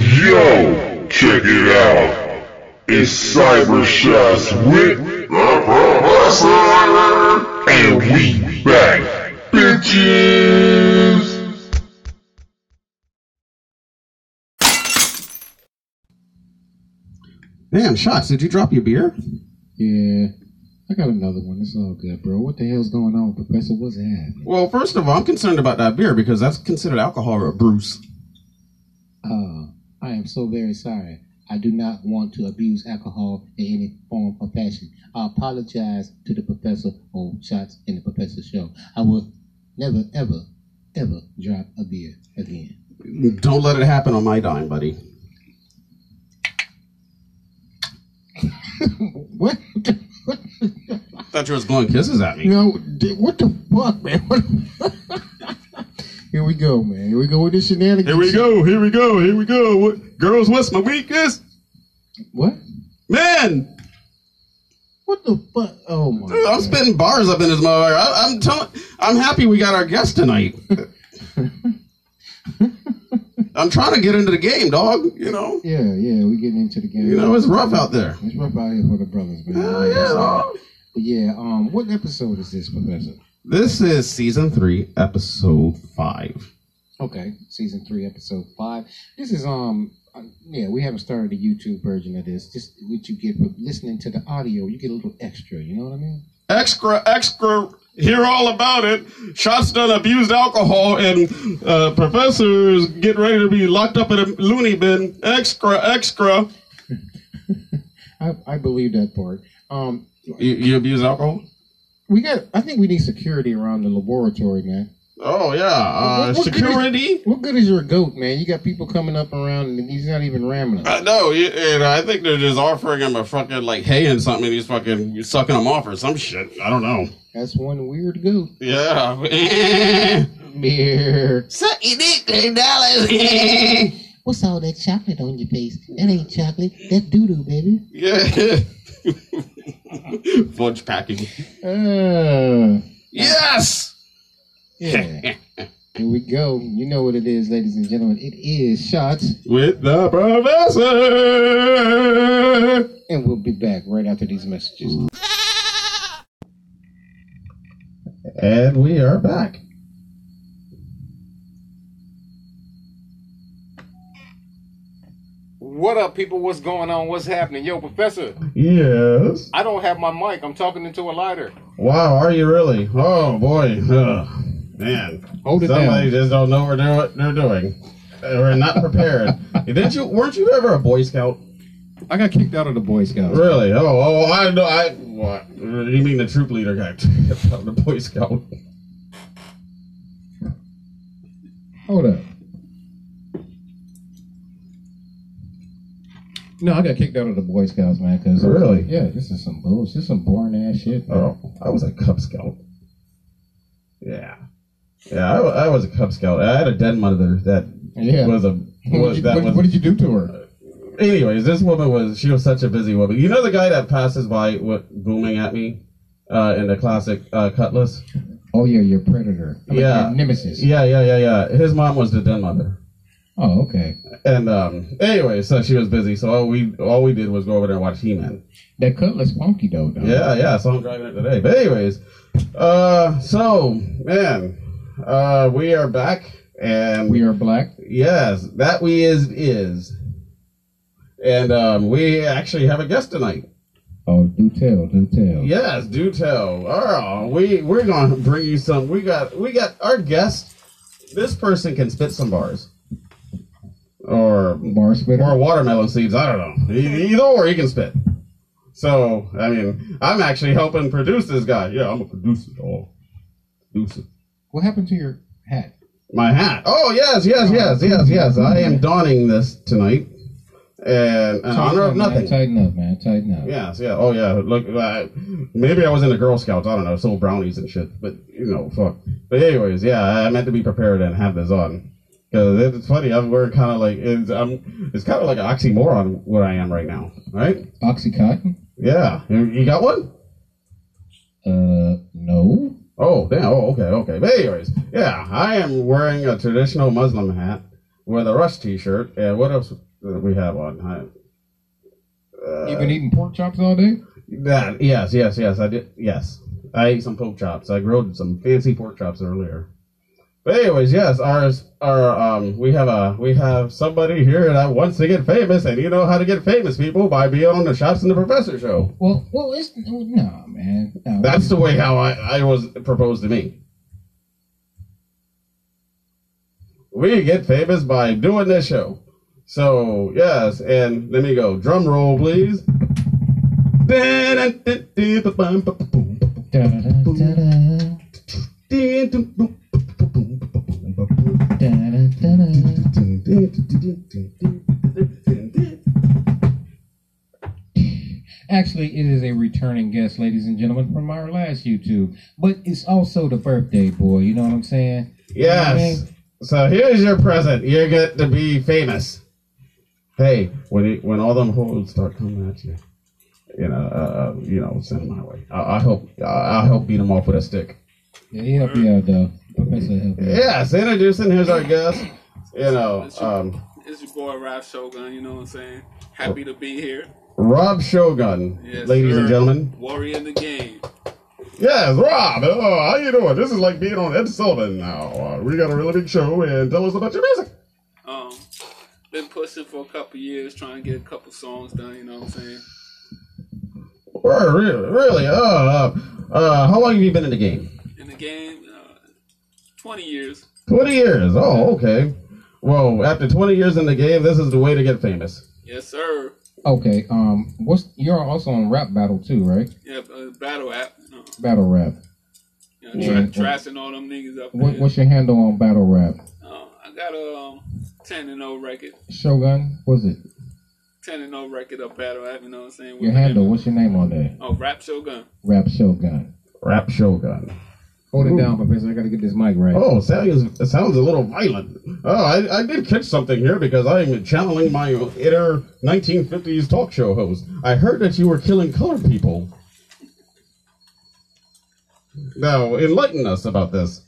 Yo, check it out. It's Cyber Shots with the Professor. And we back, bitches. Damn, shots! Did you drop your beer? Yeah. I got another one. It's all good, bro. What the hell's going on, Professor? What's happening? Well, first of all, I'm concerned about that beer because that's considered alcohol or Bruce. Uh, I am so very sorry. I do not want to abuse alcohol in any form or fashion. I apologize to the Professor on Shots in the Professor Show. I will never, ever, ever drop a beer again. Don't let it happen on my dime, buddy. What? The, what? Thought you was blowing kisses at me. No, di- what the fuck, man? What Here we go, man. Here we go with this shenanigans. Here we go, here we go, here we go. What, girls, what's my weakness? What? Man, What the fuck? Oh my! dude, I'm God. spitting bars up in this motherfucker. I, I'm telling, I'm happy we got our guest tonight. I'm trying to get into the game, dog. You know, Yeah, yeah. We getting into the game. you know, it's rough out there. It's rough out here for the brothers, man. Hell yeah, dog. But yeah, um, what episode is this, Professor? This is season three, episode five. Okay, season three, episode five. This is um, uh, yeah, we haven't started the YouTube version of this. Just what you get for listening to the audio, you get a little extra. You know what I mean? extra, extra, hear all about it. Shots done abused alcohol, and uh, professors get ready to be locked up in a loony bin. Extra, extra. I I believe that part. Um, You, you abuse alcohol? we got. I think we need security around the laboratory, man. Oh yeah, uh, What- what- security. What good is your goat, man? You got people coming up around, and he's not even ramming us. I know, you- and I think they're just offering him a fucking like hay and something. And he's fucking sucking him off or some shit. I don't know. That's one weird goat. Yeah. Yeah. Suck your dick, ten dollars. What's all that chocolate on your face? That ain't chocolate. That's doo doo, baby. Yeah. Fudge packing. Uh, Yes. yeah. Here we go. You know what it is, ladies and gentlemen. It is shots, with the professor. and we'll be back right after these messages. And we are back. What up, people? What's going on? What's happening? Yo, Professor, Yes. I don't have my mic. I'm talking into a lighter. Wow, are you really? Oh boy. Ugh. Man. Hold it Somebody down. just don't know what they're, what they're doing. Uh, We're not prepared. Did you weren't you ever a Boy Scout? I got kicked out of the Boy Scouts. Really? Oh, oh I know I what you mean the troop leader guy the Boy Scout. Hold up. No, I got kicked out of the Boy Scouts, man. Cause Really? yeah, this is some bullshit. This is some boring ass shit. man. Oh, I was a Cub Scout. Yeah. Yeah, I, wa- I was a Cub Scout. I had a dead mother that Yeah. was a what, did was, you, that what- was what did you do to her? anyways, this woman was she was such a busy woman. You know the guy that passes by what booming at me uh, in the classic uh, Cutlass. Oh yeah, your predator. I mean, Yeah. your nemesis. Yeah, yeah, yeah, yeah. His mom was the den mother. Oh okay. And um, anyway, so she was busy. So all we all we did was go over there and watch He Man. That cutlass funky though. though. Yeah, yeah. So I'm driving it today. But anyways, uh, so man, uh, we are back and We are black. yes, that we is is, and um, we actually have a guest tonight. Oh, do tell, do tell. Yes, do tell. Oh, we we're gonna bring you some. We got we got our guest. This person can spit some bars, or Bar spitter. or watermelon seeds. I don't know. E- Either or, he can spit. So I mean, I'm actually helping produce this guy. Yeah, I'm a producer. Oh, producer. What happened to your hat? My hat. Oh yes, yes, yes, yes, yes. I am donning this tonight, and in honor of Tighten up, man. nothing. Tighten up, man. Tighten up. Yes, yeah, oh yeah. Look, uh, maybe I was in the Girl Scouts. I don't know, sold brownies and shit. But you know, fuck. But anyways, yeah, I meant to be prepared and have this on because it's funny. I'm wearing kind of like it's, I'm. It's kind of like an oxymoron what I am right now, right? Oxycontin? Yeah, you, you got one? Uh, no. Oh damn. Oh okay, okay. But anyways, yeah, I am wearing a traditional Muslim hat with a rush T-shirt and what else? that we have on. I, uh, You've been eating pork chops all day? that, yes, yes, yes. I did. Yes, I ate some pork chops. I grilled some fancy pork chops earlier. But anyways, yes, ours our um we have a we have somebody here that wants to get famous, and you know how to get famous, people, by being on the Shots and the Professor show. Well, well, it's oh, no, man. No. That's the way how I, I was proposed to me. We get famous by doing this show. So yes, and let me go. Drum roll, please. Da-da-da-da-da, da-da-da-da. Actually, it is a returning guest, ladies and gentlemen, from our last YouTube. But it's also the birthday boy. You know what I'm saying? Yes. So here's your present. You're good to be famous. Hey, when it, when all them hoes start coming at you, you know, uh, uh, you know, send them my way. I, I help. I, I help beat them off with a stick. Yeah, he help you out though. Professor help you. out. Yes, introducing. Here's our guest. You know, um, It's your boy Rob Shogun, you know what I'm saying? Happy to be here. Rob Shogun, Yes, ladies and sir. gentlemen. Warrior in the game. Yes, Rob. Oh, how you doing? This is like being on Ed Sullivan now. Uh, we got a really big show, and tell us about your music. Um been pushing for a couple years, trying to get a couple songs done, you know what I'm saying? Oh, really, really. Uh, uh, uh, how long have you been in the game? In the game, uh, twenty years. 20 years. Oh, okay. Whoa, after 20 years in the game, this is the way to get famous. Yes, sir. Okay. Um, what's you're also on rap battle too, right? Yeah, uh, battle app. You know, Battle rap. you know, Yeah. tra- trashing all them niggas up What, there. what's your handle on battle rap? Um, I got a um, ten and 0 record. Shogun. What's it? Ten and 0 record up battle app, you know what I'm saying? With Your my handle. name. What's your name on there? Oh, Rap Shogun. Rap Shogun. Rap Shogun. Hold Ooh. it down, Professor. I gotta get this mic right. Oh, sounds, it sounds a little violent. Oh, I, I did catch something here because I am channeling my inner 1950s talk show host. I heard that you were killing colored people. Now, enlighten us about this.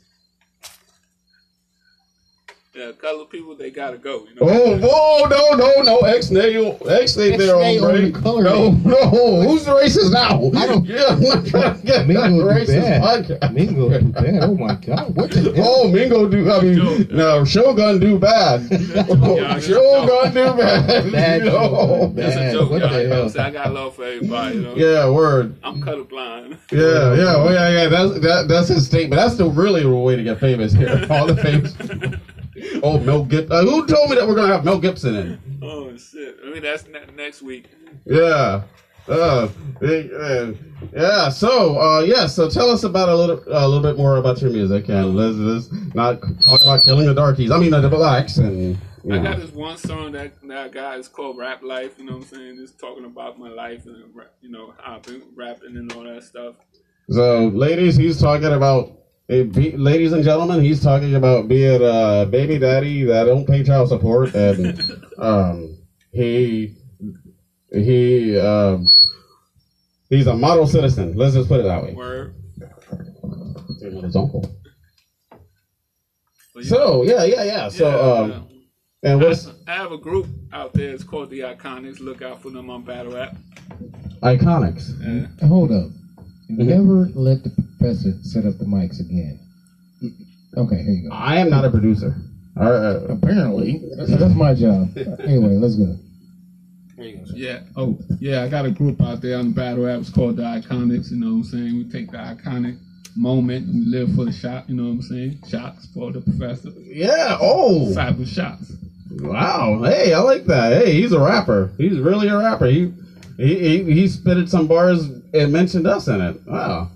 Yeah, color people they gotta go, you know. Oh, whoa, no, no, no, X nail, X nail there, Ex-nail hombre. on the color, No, no, who's racist now? I don't- Yeah, I'm not trying to get that Mingo do racist bad. podcast. Mingo do bad. Oh my God. What the hell? Oh, Mingo do. I mean, Shogun. no, Shogun do bad. that's a Shogun do bad. Bad No. Shogun, That's Man, a joke, what y'all. the You know what hell? I'm saying? I got love for everybody, you know. Yeah, word. I'm colorblind. Yeah, yeah, well, yeah, yeah. That's that, that's his statement. That's the really way to get famous here. All the famous. Oh, Mel Gibson. Uh, who told me that we're gonna have Mel Gibson in? oh shit! I mean that's ne- next week. Yeah. Uh, eh, eh, yeah. So, uh, yeah. So, tell us about a little, a little bit more about your music, and let's, let's not talk about killing the darkies. I mean, uh, the blacks, and you I know. got this one song that that I got. It's called Rap Life. You know what I'm saying? Just talking about my life and rap- you know how I've been rapping and all that stuff. So, ladies, he's talking about, eh, be, ladies and gentlemen, he's talking about being a baby daddy that don't pay child support, and um, he, he, um, he's a model citizen. Let's just put it that way. Word. His uncle. But yeah, So, yeah, yeah, yeah. So, yeah, um, and yeah. what's I have a group out there. It's called the Iconics. Look out for them on Battle Rap. Iconics. Yeah. Hold up. Never let the professor set up the mics again. Okay, here you go. I am not a producer. Uh, Apparently, that's my job. Anyway, let's go. Yeah. Oh, yeah. I got a group out there on the battle app. It's called the Iconics. You know what I'm saying? We take the iconic moment and we live for the shot. You know what I'm saying? Shots for the professor. yeah. Oh, Cyber shots. wow. Hey, I like that. Hey, he's a rapper. He's really a rapper. He he he, he spitted some bars and mentioned us in it. Wow.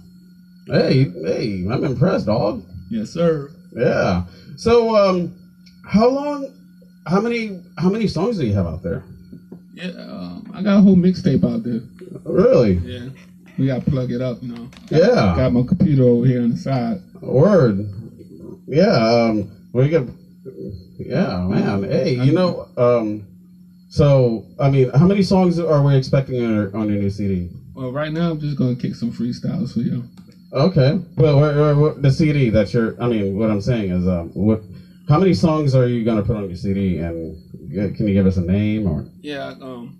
Hey, hey, I'm impressed, dog. Yes, sir. Yeah. So, um, how long? How many? How many songs do you have out there? Yeah. Um, I got a whole mixtape out there. Really? Yeah. We gotta plug it up. You know. Yeah. Got my computer over here on the side. Word. Yeah, um, we could. Yeah, man. Hey, you know, um, so I mean, how many songs are we expecting on your, on your new CD? Well, right now I'm just gonna kick some freestyles for you. Okay, well, where, where, where- the CD that you're. I mean, what I'm saying is, um, what How many songs are you gonna put on your CD? And g- can you give us a name or? Yeah, um,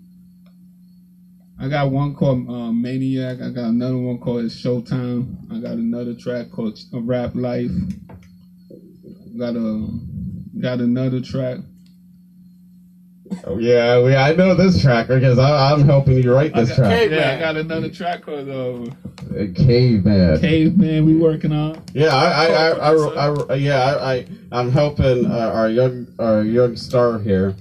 I got one called uh, Maniac. I got another one called It's Showtime. I got another track called Ch- uh, Rap Life. Got a got another track. Oh, yeah, we, I know this track because I, I'm helping you write this I got, track. Yeah, I got another track called uh, Uh, Caveman. Caveman. We working on. Yeah, I, I, I, I, I, I yeah, I, I, I'm helping uh, our young, our young star here.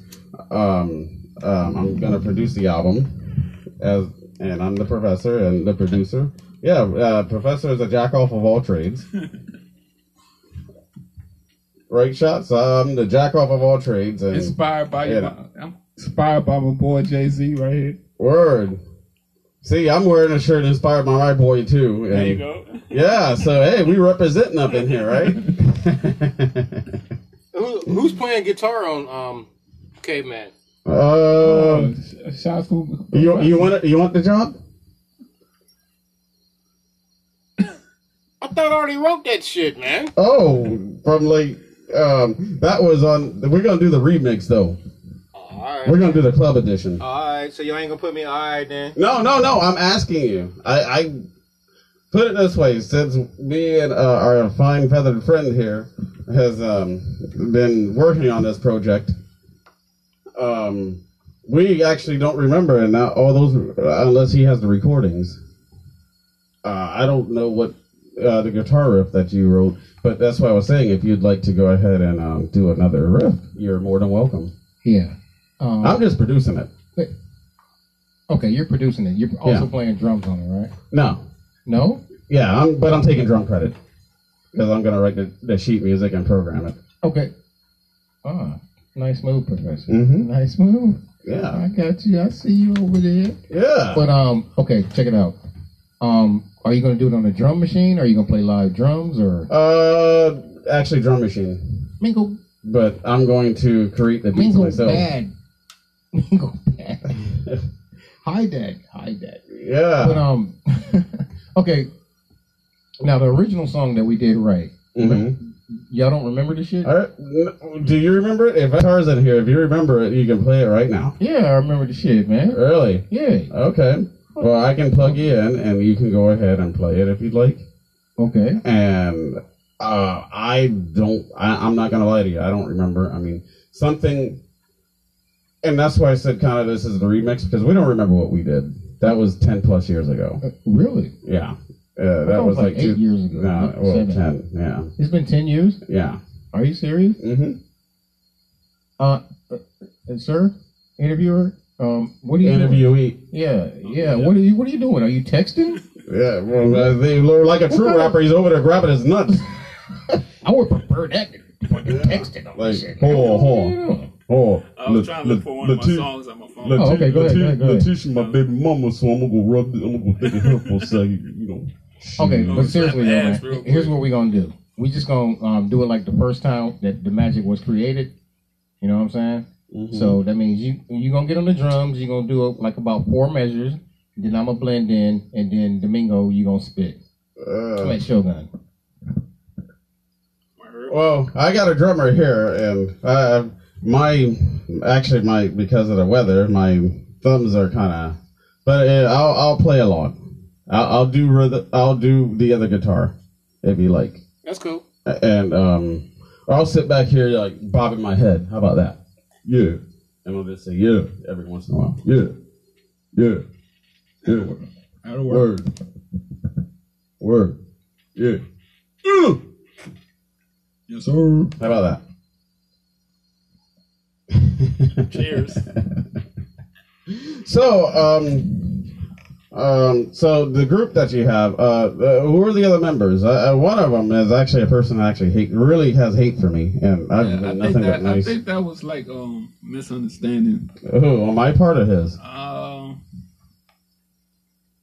Um, um, I'm gonna produce the album, as and I'm the professor and the producer. Yeah, uh, professor is a jack off of all trades. right, shots. I'm the jack off of all trades, and Inspired by you. Yeah. I'm inspired by my boy Jay Z right here. word. See, I'm wearing a shirt inspired by my boy too. There and- you go. Yeah, so hey, we representing up in here, right? Who, who's playing guitar on um, Caveman? Uh, Sh- Shots from you you want you want the job? I thought I already wrote that shit, man. Oh, from like um, that was on. We're gonna do the remix though. All right. We're gonna do the club edition. All right. So you ain't gonna put me. All right then. No, no, no. I'm asking you. I, I put it this way: since me and uh, our fine feathered friend here has um, been working on this project, um, we actually don't remember, and not all those unless he has the recordings. Uh, I don't know what uh, the guitar riff that you wrote, but that's why I was saying if you'd like to go ahead and um, do another riff, you're more than welcome. Yeah. Um, I'm just producing it. okay, you're producing it. You're also Yeah. playing drums on it, right? No, No. Yeah, I'm, but I'm taking drum credit because I'm gonna write the, the sheet music and program it. Okay. Ah, nice move, Professor. Mhm. Nice move. Yeah, I got you. I see you over there. yeah. But um, okay, check it out. Um, are you gonna do it on a drum machine? Are you gonna play live drums or Uh, actually, drum machine, mingle but I'm going to create the beats mingle myself. bad, mingle bad? Hi, Dad. Hi, Dad. But Yeah, um, okay. Now the original song that we did, right? Mhm. Y'all don't remember this shit? All right. N- Do you remember it? If guitar's in here, if you remember it, you can play it right now. Yeah, I remember the shit, man. Really? Yeah. Okay. Well, I can plug you in, and you can go ahead and play it if you'd like. Okay. and uh, I don't. I, I'm not gonna lie to you. I don't remember. I mean, something, and that's why I said kind of this is the remix because we don't remember what we did. That was ten plus years ago. Uh, Really? Yeah, uh, I thought that it was like two, eight years ago. no, like well, seven. ten. Yeah, It's been ten years. yeah. Are you serious? Mm-hmm. Uh, uh, uh, sir, interviewer. Um, what do you doing? Interviewee. Yeah, yeah. What are you What are you doing? Are you texting? Yeah, well, uh, they look like a true Okay. rapper. He's over there grabbing his nuts. I would prefer that than fucking texting on Like, this shit. hold on, hold Yeah. Oh, I was the- trying to look the- for one the of my two- songs on my phone. Lati- Oh, okay, go ahead, Lati- go ahead, go ahead. Latisha, my baby mama, so I'm gonna go rub. I'm gonna go take a hair for a second, you know. Okay, Oh, but seriously, slap though, ass real man, quick. here's what we're gonna do. We just gonna um, do it like the first time that the magic was created. You know what I'm saying? Mm-hmm. So that means you you gonna get on the drums. You are gonna do like about four measures. Then I'm gonna blend in, and then Domingo, you gonna spit. Uh, Like Shogun. Well, I got a drummer here, and uh, my actually my because of the weather, my thumbs are kind of. But uh, I'll I'll play along. I'll, I'll do rhythm, I'll do the other guitar if you like, That's cool. and um, or I'll sit back here like bobbing my head. How about that? Yeah, and I'll just say yeah every once in a while. Yeah, yeah, yeah. That'll work. Word. Word. Yeah. How Yes, sir. about that? Cheers. So, um, um, so the group that you have, uh, uh, who are the other members? Uh, uh, one of them is actually a person I actually hate, really has hate for me, and I've Yeah, been I think nothing but that I nice. think that was like um misunderstanding. Who on my part of his? Um,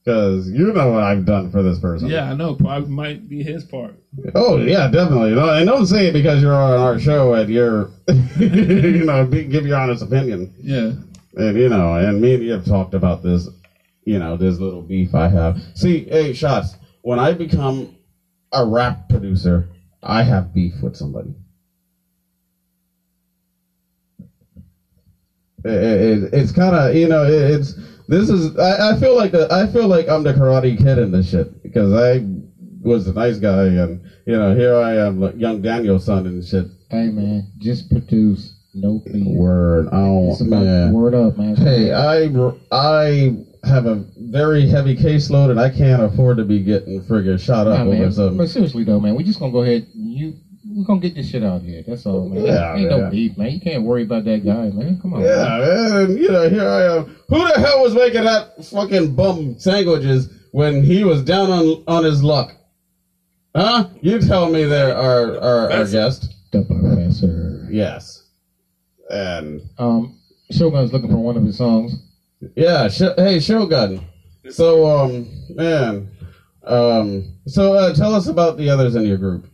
Because you know what I've done for this person. yeah, I know. Probably might be his part. Oh yeah, definitely. No, and don't say it because you're on our show and you're, you know, be, give your honest opinion. Yeah, And you know, and me and you have talked about this, you know, this little beef I have. See, hey, shots. When I become a rap producer, I have beef with somebody. It, it, it's kind of you know it, it's this is I, I feel like the I feel like I'm the Karate Kid in this shit because I was the nice guy and you know here I am like young Daniel's son and shit. Hey man, just produce. No fear. Word, oh It's about man. word up, man. Hey, I I have a very heavy caseload and I can't afford to be getting friggin' shot Nah, up man, over something. But seriously though, man, we just gonna go ahead. You we gonna get this shit out here. That's all, man. Yeah, ain't yeah. no beef, man. You can't worry about that guy, man. Come on. man. Yeah, man. You know, here I am. Who the hell was making that fucking bum sandwiches when he was down on on his luck? Huh? You tell me there, our our, our That's- guest. The professor. Yes. And Um, Shogun's looking for one of his songs. yeah, sh- hey Shogun. So um, man, um, so uh, tell us about the others in your group.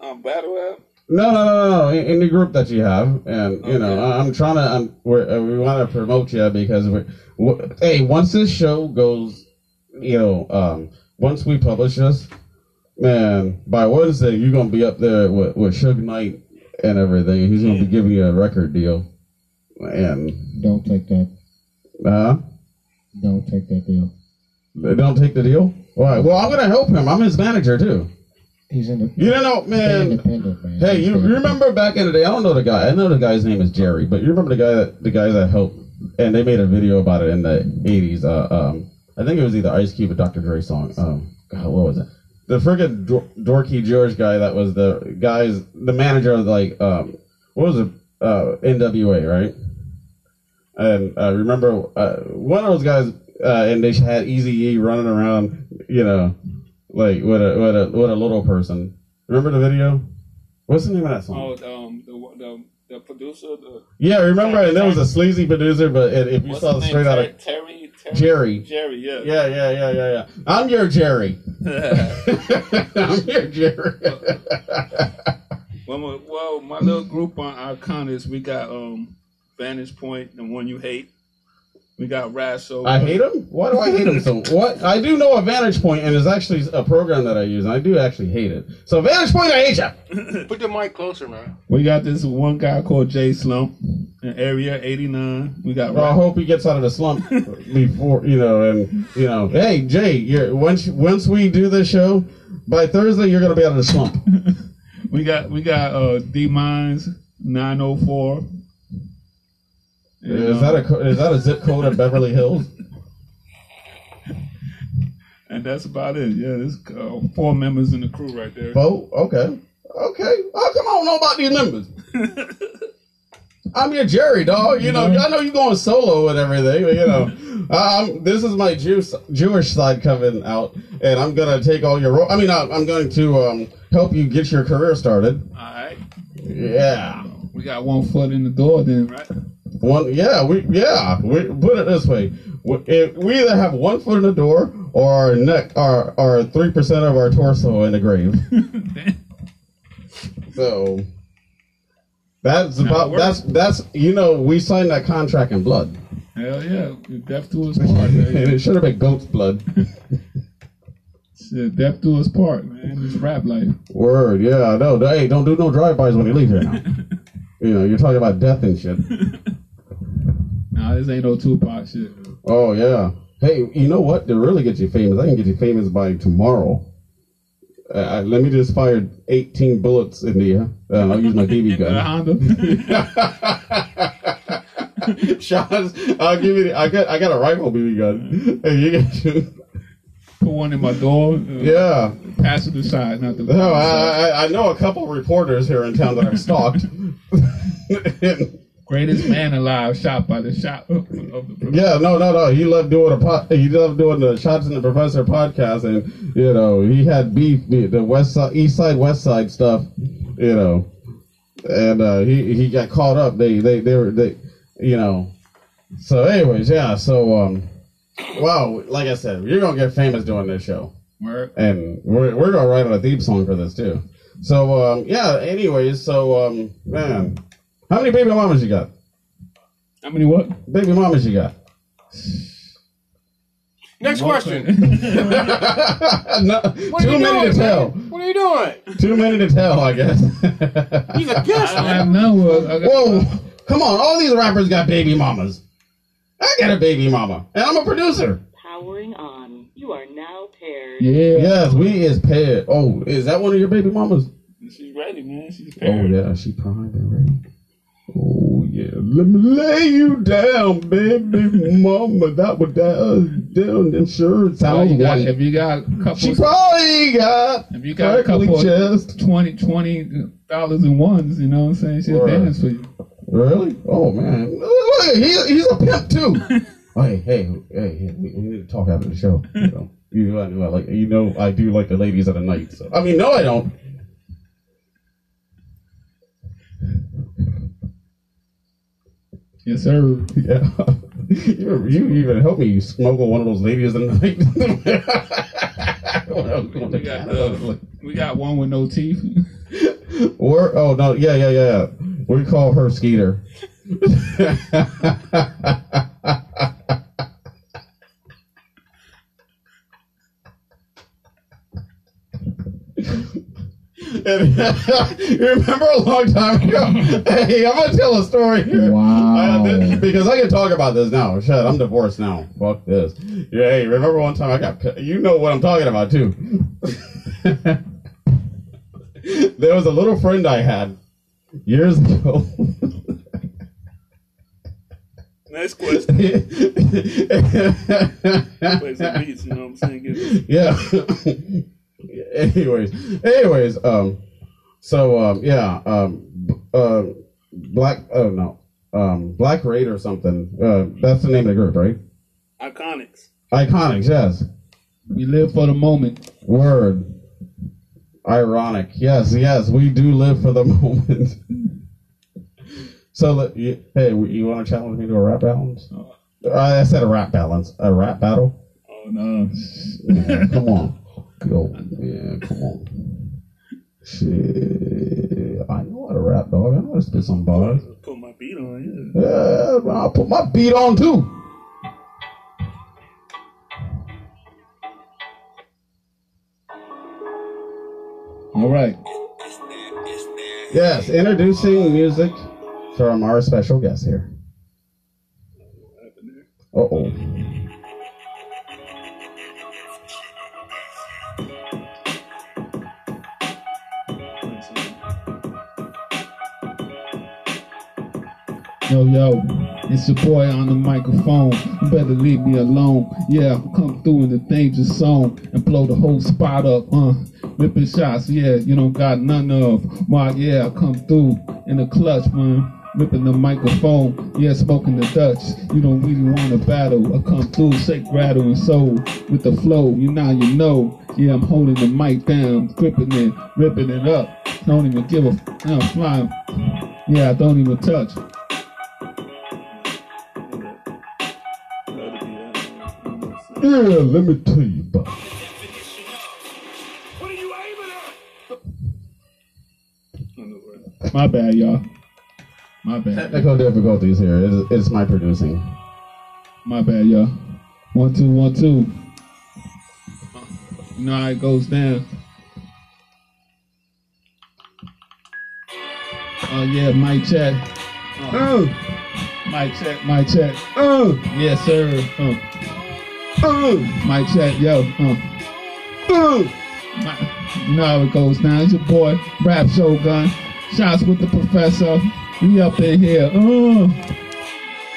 Um, battle app. No, no, no, no, no. In, in the group that you have, and you know, I- I'm trying to. I'm, we're, uh, we want to promote you because we're. W- hey, once this show goes, you know, um, once we publish this, man, by Wednesday you're gonna be up there with, with Suge Knight and everything. He's gonna be giving you a record deal, and Don't take that. uh, Don't take that deal. they don't take the deal. Why? Well, I'm gonna help him. I'm his manager too. He's in the. You don't know, Stay man. independent, man. Hey, you, Stay you remember back in the day? I don't know the guy. I know the guy's name is Jerry, but you remember the guy that the guy that helped, and they made a video about it in the '80s. Uh, um, I think it was either Ice Cube or Dr. Dre song. Um, God, what was it? The friggin' dor- dorky George guy that was the guy's the manager of like um, what was it? Uh, NWA, right? And I remember uh, one of those guys, uh, and they had Easy E running around, you know, like with a with a with a little person. Remember the video? What's the name of that song? Oh, um, the the, the producer. The, yeah, remember? And there was a sleazy producer, but it, if you saw the straight out of Terry, Terry. Jerry. Jerry. Yeah. Yeah, yeah, yeah, yeah, yeah. I'm your Jerry. I'm your Jerry. Well, my, well, my little group on our Iconics, we got um, Vantage Point, the one you hate. We got Rasso. I hate him. Why do I hate him so? What I do know a Vantage Point, and it's actually a program that I use, and I do actually hate it. So Vantage Point, I hate you. Put the mic closer, man. We got this one guy called Jay Slump in Area 89. We got Well, I Oh, Rock. hope he gets out of the slump before you know. And you know, hey Jay, you're, once once we do this show by Thursday, you're gonna be out of the slump. We got we got uh, oh D Mines 904. Is uh, that a co- is that a zip code in Beverly Hills? and that's about it. Yeah, there's uh, four members in the crew right there. Bo, okay, okay. How come I don't know about these numbers? I'm your Jerry, dog. You know, I know you're going solo and everything, but you know, I- I'm, this is my Jewish Jewish side coming out, and I'm gonna take all your. Ro- I mean, I, I'm going to um, help you get your career started. All right. Yeah. We got one foot in the door then, right? One, yeah, we, yeah, we put it this way: we, if we either have one foot in the door or our neck, our, our three percent of our torso in the grave. so that's about works. that's that's you know we signed that contract in blood, Hell yeah. Death to his part, man. and it should have been goat's blood. Shit, Death to his part, man. It's rap life. Word, yeah, no, no, hey, don't do no drive-bys when you leave here now. you know, you're talking about death and shit. Nah, this ain't no Tupac shit. Oh yeah. Hey, you know what? To really get you famous, I can get you famous by tomorrow. Uh, I- let me just fire 18 bullets in the air. Uh, I'll use my BB The gun. Honda. Shots. I'll give you. The, I got. I got a rifle BB gun. Hey, you can shoot. Put one in my door. Uh, Yeah. Passenger side, not the. No, I, I, I know a couple reporters here in town that are stalked. Greatest man alive, shot by the shot of the. Yeah, no, no, no. He loved doing a po- he loved doing the Shots and the Professor podcast, and you know he had beef the the West Side, East Side, West Side stuff, you know, and uh, he he got caught up. They they they were they, you know. So, anyways, yeah. So, um, wow, like I said, you're gonna get famous doing this show Word. and we're, we're gonna write a theme song for this too. So um, yeah. Anyways, so um, man, how many baby mamas you got? How many what? Baby mamas you got? Next question. no, What are too you many doing, to tell. man? What are you doing? Too many to tell, I guess. He's a guest, I have man. none. Well, I got, Whoa, Come on, all these rappers got baby mamas. I got a baby mama, and I'm a producer. Powering on. You are now paired. Yeah. Yes, we is paired. Oh, is that one of your baby mamas? She's ready, man. She's Oh prepared. yeah, she primed and ready. Oh yeah, let me lay you down, baby mama. That would that uh, down insurance. Well, house you got, white. if you got a She couple, probably got if you got a prickly couple of chest. 20, 20 dollars and ones, you know what I'm saying? She'll Word. dance for you. Really? Oh man, look, he, he's a pimp too. hey, hey, hey, hey, we, we need to talk after the show. You know, you know, I do, I like you know, I do like the ladies at the night. So. I mean, no, I don't. Yes, sir. Yeah. You, you even helped me smuggle one of those ladies in the night. When I was going to We got, Canada, I was uh, like, We got one with no teeth. Or oh no, yeah, yeah, yeah. We call her Skeeter. And, you remember a long time ago? hey, I'm gonna tell a story here. Wow. I- Oh. th- because I can talk about this now. Shit, I'm divorced now. Fuck this. Yeah, hey, remember one time I got pi- you know what I'm talking about too. there was a little friend I had years ago. Next question. Plays the beats, you know what I'm saying? Get this- yeah. anyways, anyways, um, so um, yeah, um, b- uh, black. Oh no, um, Black Raid or something. Uh, that's the name of the group, right? Iconics. Iconics, yes. we live for the moment. Word. Ironic. Yes, yes, we do live for the moment. so, let- you- hey, you want to challenge me to a rap balance? I I said a rap balance. A rap battle? Oh no. Yeah, come on. Yo, yeah, come on. Shit. I know how to rap, dog. I know how to spit some bars. Put my beat on, yeah. Yeah, man, I'll put my beat on too. All right. Yes, introducing music from our special guest here. Uh oh. Yo, yo, it's your boy on the microphone. You better leave me alone. Yeah, come through in the danger zone and blow the whole spot up, huh? Ripping shots, yeah, you don't got none of. Why, yeah, come through in the clutch, man. Ripping the microphone, yeah, smoking the Dutch. You don't really want to battle. I come through, shake, rattle, and soul with the flow. You now you know. Yeah, I'm holding the mic down, gripping it, ripping it up. Don't even give a f- I'm flying. Yeah, I don't even touch. Let it be that, you know what I'm saying? Yeah, let me tell you about it. My bad, y'all. My bad. Technical difficulties here. It's, it's my producing. My bad, y'all. One, two, one, two. You know how it goes down. Oh yeah, mic check. Oh. Mic check, mic check. Oh. Yes, sir. Oh. Oh. Mic check, yo. Oh. Oh. My, you know how it goes down. It's your boy, Rap Shogun. Shots with the professor. We up in here. Oh.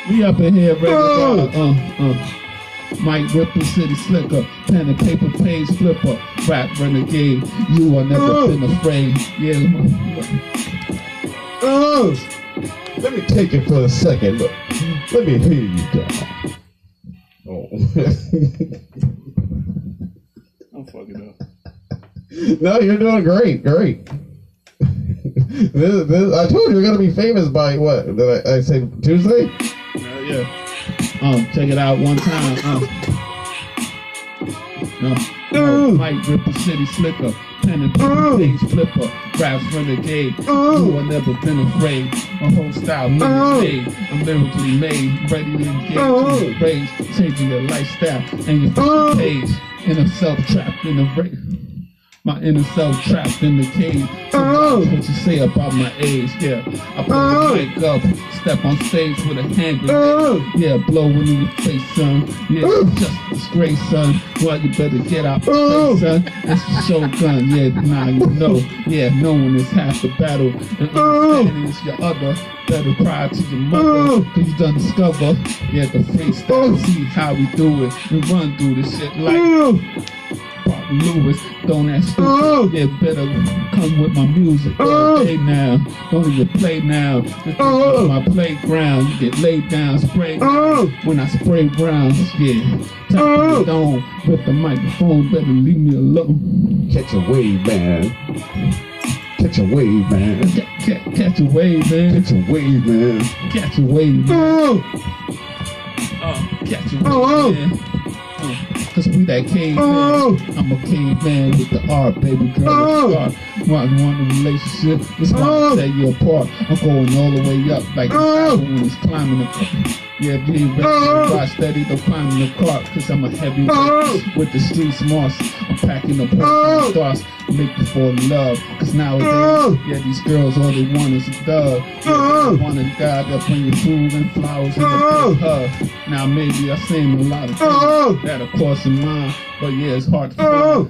We up in here, ready to go. Uh, uh. Mike Whipple, City Slicker, pen and paper page flipper, rap renegade. You are never been afraid. Yeah. my- Oh, let me take it for a second. Look, let me hear you, dog. Oh. I'm fucking up. no, you're doing great, great. this, this, I told you you're gonna be famous by what? Did I, I say Tuesday? Uh, yeah. Um, check it out one time. Uh. No. Ooh. Mike Whipple, City Slicker, pen and paper page flipper, rap renegade. You are never been afraid. My whole style made. I'm lyrically made, ready to engage. Ooh. in the Rage, changing your lifestyle and your Ooh. page. And I'm self-trapped in a race. My inner self trapped in the cage. Oh. What you say about my age? Yeah, I put Oh. the mic up, step on stage with a hand grenade. Oh. Yeah, blow in your face, son. Yeah, Oh. just disgrace, son. Well, you better get out the Oh. way, son. It's a showgun, yeah, now you know. Yeah, knowing is half the battle. And Oh. understanding is your other. Better pride to your mother. Oh. Cause you done discover. Yeah, the freestyle. Oh. See how we do it. We run through this shit like Ooh, Bob Lewis, don't act stupid. Oh. Yeah, better come with my music. Oh. Hey now, don't even play now. This is Oh. my playground, you get laid down, spray. ooh, When I spray rounds, yeah. Tap Oh. it on with the microphone, better leave me alone. catch a wave, man. Catch a wave, man. Ca- ca- Catch a wave, man. Catch a wave, man. Oh. Catch a wave, man. Ooh, Catch a Oh. wave, man. Uh, Cause we that caveman. Oh. I'm a caveman with the R, baby girl. Oh. Oh. Want one relationship? This one Oh. set you apart. I'm going all the way up like Oh. when it's climbing the Yeah, if you ain't ready Oh. to ride steady, don't climb in the cart. Cause I'm a heavyweight Oh. with the street smarts. I'm packing the Oh. oh. stars, make you fall in love. Cause nowadays, Oh. yeah, these girls all they want is a dove. Yeah, Oh. they wanna die, they'll bring you food and flowers and Oh. a big hug. Now maybe I sing a lot of things Oh. that are crossing mine, but yeah, it's hard to find. ooh,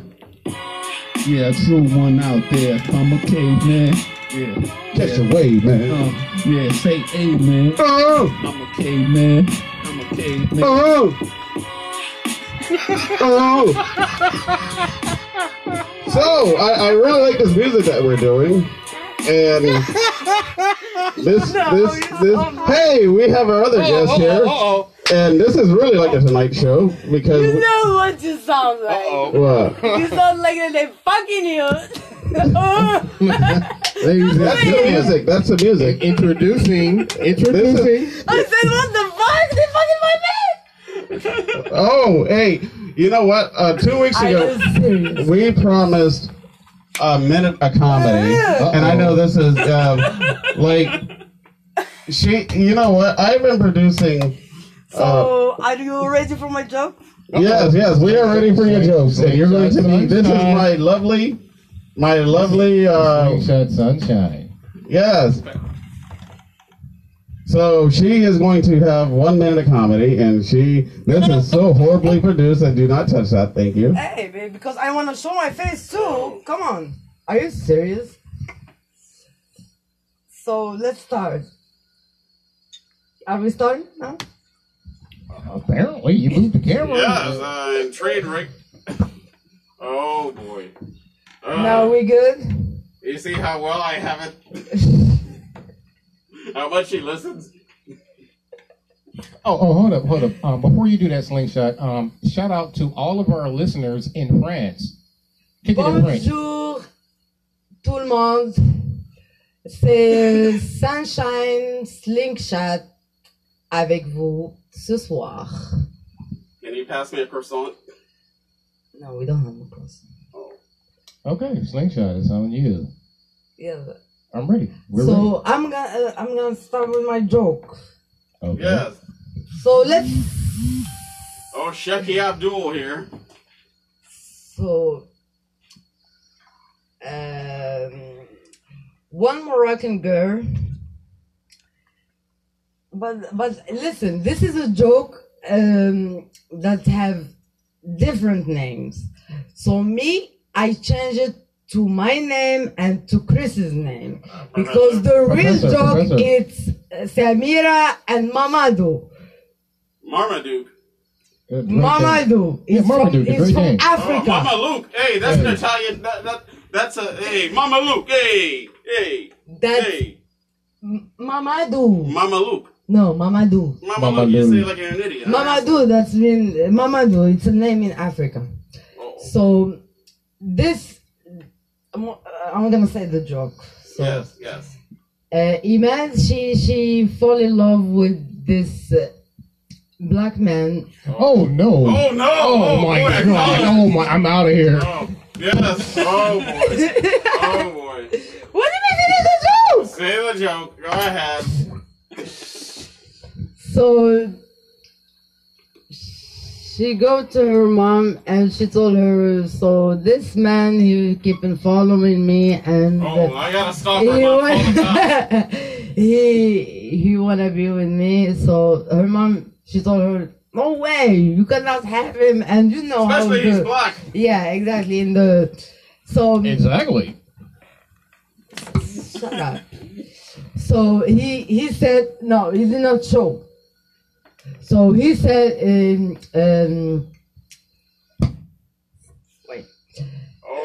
Yeah, a true one out there. I'm a caveman. Yeah. catch a Oh. wave, man. Um, yeah, say amen. Ooh, I'm a caveman. I'm a caveman. ooh, ooh. So I, I really like this music that we're doing, and this this this. Hey, we have our other guest here. oh, And this is really like a Tonight Show because You know what you sound like. oh. what? You sound like that they fucking you. That's the music. That's the music. Introducing, introducing. I said, what the fuck? They fucking my man. Oh, hey, you know what? Uh, two weeks I ago, was serious. we promised a minute a comedy, Uh-oh. and I know this is um, like she. You know what? I've been producing. So, are you ready for my joke? Yes, yes, we are ready for your jokes, and you're going to be. This is my lovely, my lovely. Uh, Sunshine, sunshine. Yes. So she is going to have one minute of comedy, and she this is so horribly produced. I do not touch that. Thank you. Hey, babe, because I want to show my face too. Come on. Are you serious? So, let's start. Are we starting now? Apparently, you moved the camera. Yes, Uh, I'm train wreck. Oh boy. Uh, Now we good? You see how well I have it? how much he listens? Oh, oh, hold up, hold up. Um, before you do that slingshot, um, shout out to all of our listeners in France. Kick it in France. Bonjour, tout le monde. C'est euh, Sunshine Slingshot avec vous ce soir. Can you pass me a croissant? No, we don't have a cross. Okay, slingshot is on you. Yeah. I'm ready. We're so I'm gonna uh, I'm gonna start with my joke. ready. Okay. Yes. So let's Oh, Shecky Abdul here. so um, one Moroccan girl. But but listen, this is a joke um, that have different names. So me, I change it to my name and to Chris's name because the real Professor, joke professor. is uh, Samira and Mamadou. Marmaduke. Good, great day. Mamadou. Yeah, It's Mamadou, from, the it's great from name. Oh, Africa. Mama Luke. Hey, that's an Hey. Italian. That, that, that's a. Hey, Mama Luke. Hey, hey, That's hey. Mamadou. Mama Luke. No, Mamadou. Mama, Mama Luke. You Luke. say it like you're an idiot. Mamadou, that's been Mamadou. It's a name in Africa. Oh, So this, I'm, I'm gonna say the joke. So, yes, yes. uh, Iman, she she fall in love with this uh, black man. Oh no. Oh no! Oh, my boy, I god. called it. Oh my. I'm out of here. Oh, yes. Oh boy. Oh boy. What do you mean it is a joke? Say the joke. Go ahead. So She go to her mom and she told her, so this man he keeping following me and Oh, I gotta stop her. he Mom. Hold on. wa- he he wanna be with me. So her mom she told her, no way, you cannot have him. And you know Especially how the- he's black. Yeah, exactly. In the so exactly. Shut up. So he he said no, he did not show. So he said um, um wait.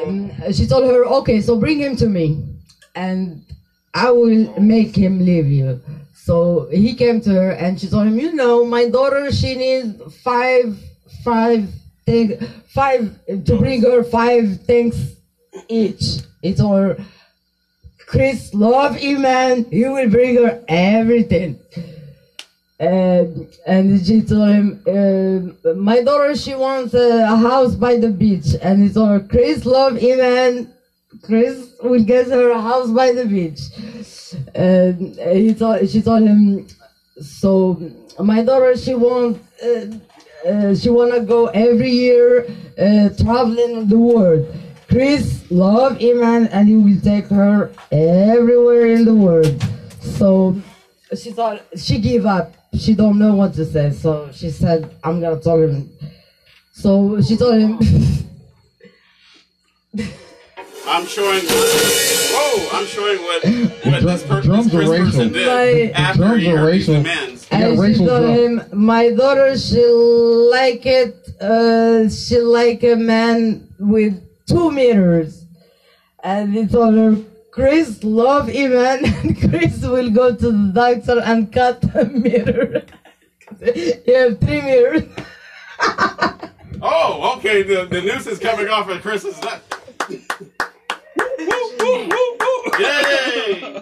Um, she told her, okay, so bring him to me, and I will make him leave you. So he came to her and she told him, you know, my daughter, she needs five, five things, five to bring her five things each. It's all Chris love you, man. He will bring her everything. And, and she told him, uh, my daughter, she wants a, a house by the beach. And he told her, Chris love you, man. Chris will get her a house by the beach. And he told, she told him, so my daughter, she wants, uh, uh, she wanna go every year uh, traveling the world. Chris love Iman and he will take her everywhere in the world. So she thought she gave up. She don't know what to say. So she said, "I'm gonna tell him." So she told him. I'm showing. Whoa! I'm showing what what this, per- drums this are Chris person racial. did Like- after he Drums are heard these racial. demands. And she told him, my daughter, she like it, uh, she like a man with two meters. And he told her, Chris love him man, and Chris will go to the doctor and cut a mirror. you have three mirrors. Oh, okay. The, the noose is coming off of Chris's neck. Yay!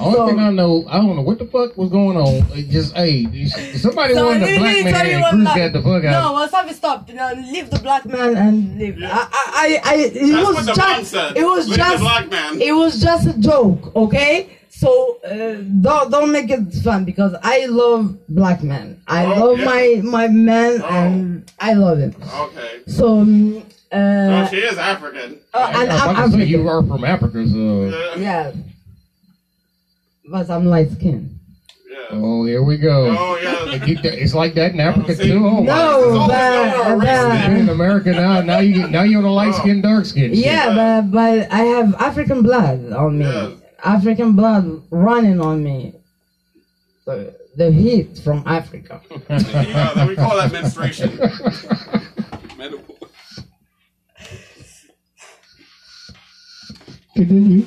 Only thing I know, I don't know what the fuck was going on. It just hey, just- somebody So wanted let a me black tell man you and what Cruz black- got the fuck No, out. well, stop, stop. No, leave the black man and leave. I, I, I, I it That's was what the just, mom said. it was Leave the just, black man. it was just a joke, okay? So uh, don't don't make it fun because I love black men. I Oh, love yeah. Oh. my my man and I love him. Okay. So um, uh, oh, she is African. Uh, uh, and I'm about I'm to say African. you are from Africa, so Yeah, but I'm light skinned. oh here we go. Oh, yeah. Get that- it's like that in Africa too. Oh, wow. No, y'all but, are but You're in America now. Now you get, now you're the light Oh. skin, dark skin. Yeah, but but I have African blood on me. Yeah. African blood running on me. The, the heat from Africa. Yeah, we call that menstruation. Medical. Continue.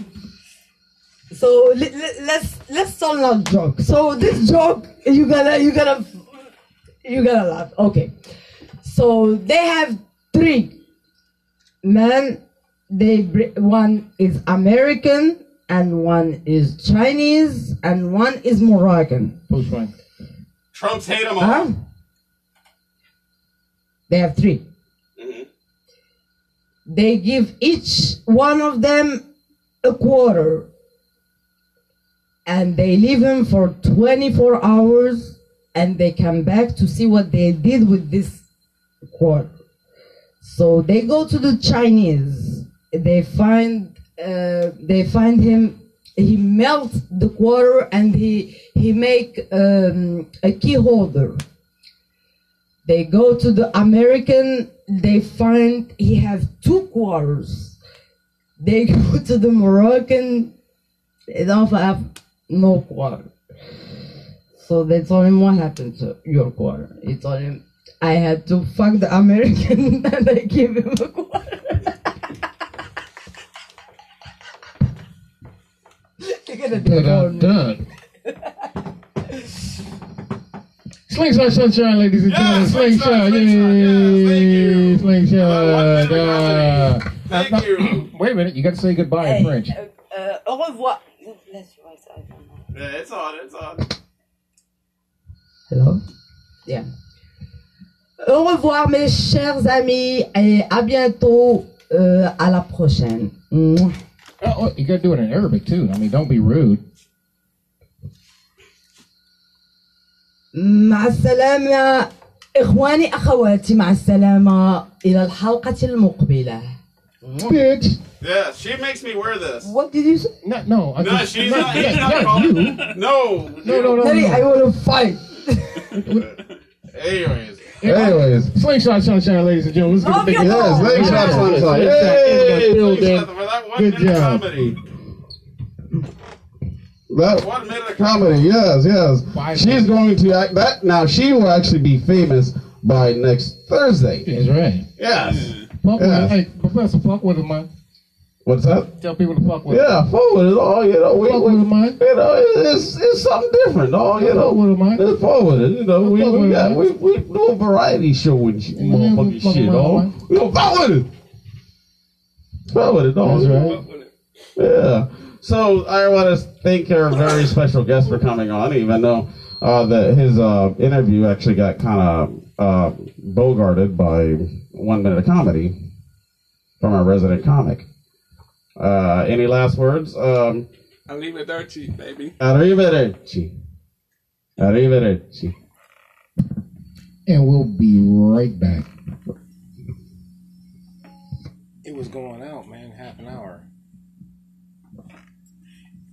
So let, let, let's let's tell not joke. So this joke you gotta you gotta you gotta laugh. Okay. So they have three men. They br- one is American and one is Chinese and one is Moroccan. Who's fine? Trump's hate him all. Huh? Uh-huh. They have 3 They give each one of them a quarter. And they leave him for 24 hours and they come back to see what they did with this quarter. So they go to the Chinese. They find uh, they find him. He melts the quarter and he he make um, a key holder. They go to the American. They find he have two quarters. They go to the Moroccan. They don't have no quarter. So they told him what happened to your quarter. He told him I had to fuck the American and I gave him a quarter. You're gonna be But uh, born. done. Slingshot sunshine, ladies and Yeah, gentlemen. slingshot, Slingshot, slingshot, yay! yes, Slingshot. Uh, uh, Thank you. Wait a minute, you got to say goodbye in French. uh, uh, au revoir. That's right, I don't know. Yeah, it's on. It's on. Hello? Yeah. Au revoir mes chers amis et à bientôt euh, à la prochaine. Mouah. Oh, oh, you got to do it in Arabic too. I mean, don't be rude. مع السلامة إخواني أخواتي مع السلامة إلى الحلقة المقبلة Bitch. Yeah, she makes me wear this. What did you say? No, no. No, she's not. yeah, not yeah, calling- you. No. No, no, no, Daddy, no. I want to fight. Anyways. Anyways. Slingshot Sunshine, ladies and gentlemen. Let's get Oh, a big yeah. Yes, Slingshot Sunshine. Yay! Slingshot for that one Good minute job. comedy. That One minute of comedy, yes, yes. She's going to act that now. She will actually be famous by next Thursday. That's right. Yes. Fuck with Yeah. it. Hey, Professor, fuck with it, man. What's up? Tell people to fuck with it. Yeah, forward is all you know. We, Fuck we with it, man. you know, it- it's it's something different. All you know, Fuck with it, man. it's forward. You know, we Fuck with we it, got man. we, we do a variety show and shit, Man, we motherfucking fuck shit. with it, All man. we gonna fuck with it. Fuck with it. All That's right. Yeah. So I want to thank our very special guest for coming on, even though uh, the, his uh, interview actually got kind of uh, bogarted by one minute of comedy from our resident comic. Uh, any last words? Um, I leave it there, cheap, baby. arrivederci. Arrivederci. And we'll be right back. It was going out, man, half an hour.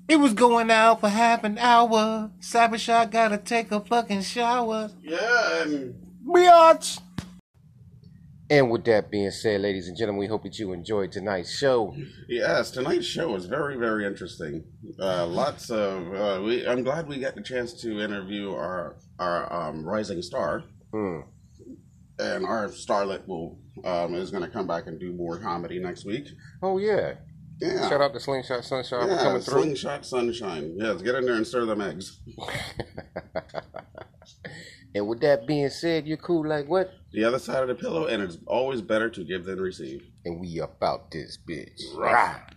It was going out for half an hour. Cyber Shot gotta take a fucking shower. Yeah, and Biatch! And with that being said, ladies and gentlemen, we hope that you enjoyed tonight's show. Yes, tonight's show is very, very interesting. Uh, lots of. Uh, we, I'm glad we got the chance to interview our our um, rising star, Hmm. and our starlet will um, is going to come back and do more comedy next week. Oh, yeah. Yeah. Shout out to Slingshot Sunshine for yeah, coming through. Slingshot sunshine. Yes, get in there and stir them eggs. and with that being said, you're cool like what? The other side of the pillow, and it's always better to give than receive. And we about this bitch. Right.